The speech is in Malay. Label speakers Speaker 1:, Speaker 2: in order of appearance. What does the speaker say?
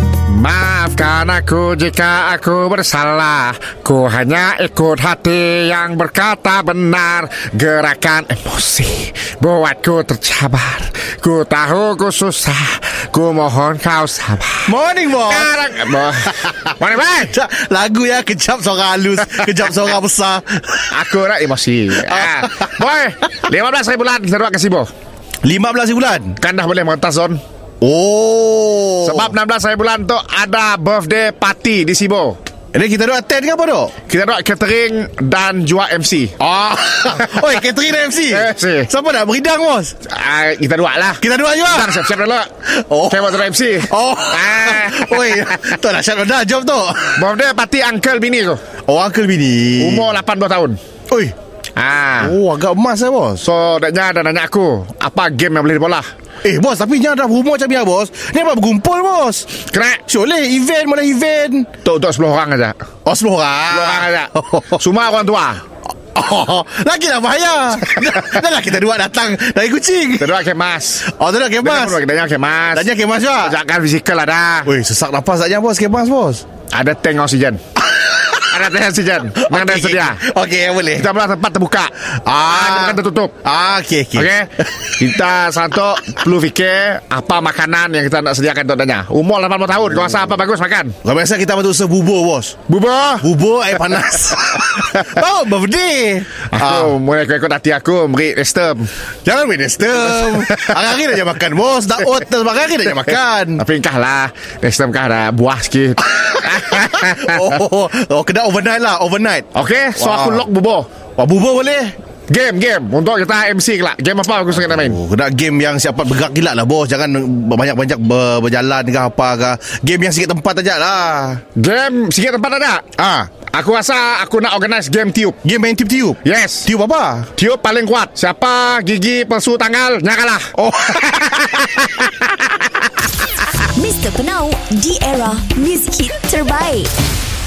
Speaker 1: Maafkan aku jika aku bersalah Ku hanya ikut hati yang berkata benar Gerakan emosi buatku tercabar Ku tahu ku susah Ku mohon kau sabar
Speaker 2: Morning boss
Speaker 1: Sekarang Bo- Mana bang?
Speaker 2: Lagu ya Kejap seorang halus Kejap seorang besar
Speaker 1: Aku nak emosi ah. Boy 15 hari bulan Teruat kasih boh
Speaker 2: 15 bulan
Speaker 1: Kan dah boleh mentas on
Speaker 2: Oh
Speaker 1: Sebab 16 hari bulan tu Ada birthday party di Sibo
Speaker 2: Ini kita duk attend ke apa duk?
Speaker 1: Kita nak catering Dan jual MC
Speaker 2: Oh Oi Catherine dan MC
Speaker 1: MC.
Speaker 2: Siapa nak beridang bos?
Speaker 1: Ah, kita dua lah
Speaker 2: Kita dua juga
Speaker 1: Bentar siap-siap dulu
Speaker 2: Oh.
Speaker 1: Saya buat MC
Speaker 2: Oh
Speaker 1: ah.
Speaker 2: Oi Tak nak syarat dah Jom tu
Speaker 1: Birthday party uncle bini tu
Speaker 2: Oh Uncle Bini
Speaker 1: Umur 18 tahun
Speaker 2: Oi
Speaker 1: ah.
Speaker 2: Oh agak emas lah bos
Speaker 1: So Daknya ada nanya aku Apa game yang boleh lah? dibola
Speaker 2: Eh bos tapi jangan dah rumah macam ni lah bos Ni apa berkumpul bos
Speaker 1: Kena
Speaker 2: Syoleh event mana event
Speaker 1: Untuk-untuk 10 orang aja 10
Speaker 2: Oh 10 orang
Speaker 1: orang aja Semua orang tua
Speaker 2: Oh, lagilah bahaya. Dahlah kita dua datang dari kucing.
Speaker 1: Kita dua kemas
Speaker 2: Oh, tu dah kemas.
Speaker 1: Kita kemas
Speaker 2: Tanya kemas juga.
Speaker 1: Kerjakan fizikal ada
Speaker 2: Weh, sesak nafas saja bos, kemas bos.
Speaker 1: Ada tank oksigen Ada tank oksigen Memang okay. sedia
Speaker 2: Okey, boleh.
Speaker 1: Kita belah tempat terbuka
Speaker 2: Ah.
Speaker 1: Bukan tertutup
Speaker 2: Ah, okey okey.
Speaker 1: Okey. Kita satu perlu fikir apa makanan yang kita nak sediakan untuk tanya. Umur 80 tahun, kau rasa apa bagus makan?
Speaker 2: Kau biasa kita patut usaha bubur bos.
Speaker 1: Bubur.
Speaker 2: Bubur air panas. Tahu birthday. Ah,
Speaker 1: Aku mulai ikut hati aku Beri sistem
Speaker 2: jangan Wednesday. Hari-hari dah jangan makan bos, tak out terus hari dah jangan makan.
Speaker 1: Tapi engkah lah Sistem kah dah buah sikit
Speaker 2: Oh, oh, kena overnight lah, overnight.
Speaker 1: Okay So
Speaker 2: Wah.
Speaker 1: aku lock bubur
Speaker 2: Wah, bubur boleh.
Speaker 1: Game game Untuk kita MC kelak Game apa aku suka nak main
Speaker 2: Oh, kena game yang siapa bergerak gila lah bos Jangan banyak-banyak ber, berjalan ke apa ke Game yang sikit tempat aja lah
Speaker 1: Game sikit tempat ada
Speaker 2: Ah,
Speaker 1: Aku rasa aku nak organize game tiup
Speaker 2: Game main tiup-tiup
Speaker 1: Yes
Speaker 2: Tiup apa?
Speaker 1: Tiup paling kuat Siapa gigi palsu tanggal Nyakalah Oh
Speaker 3: Mr. Penau, di era music hit terbaik.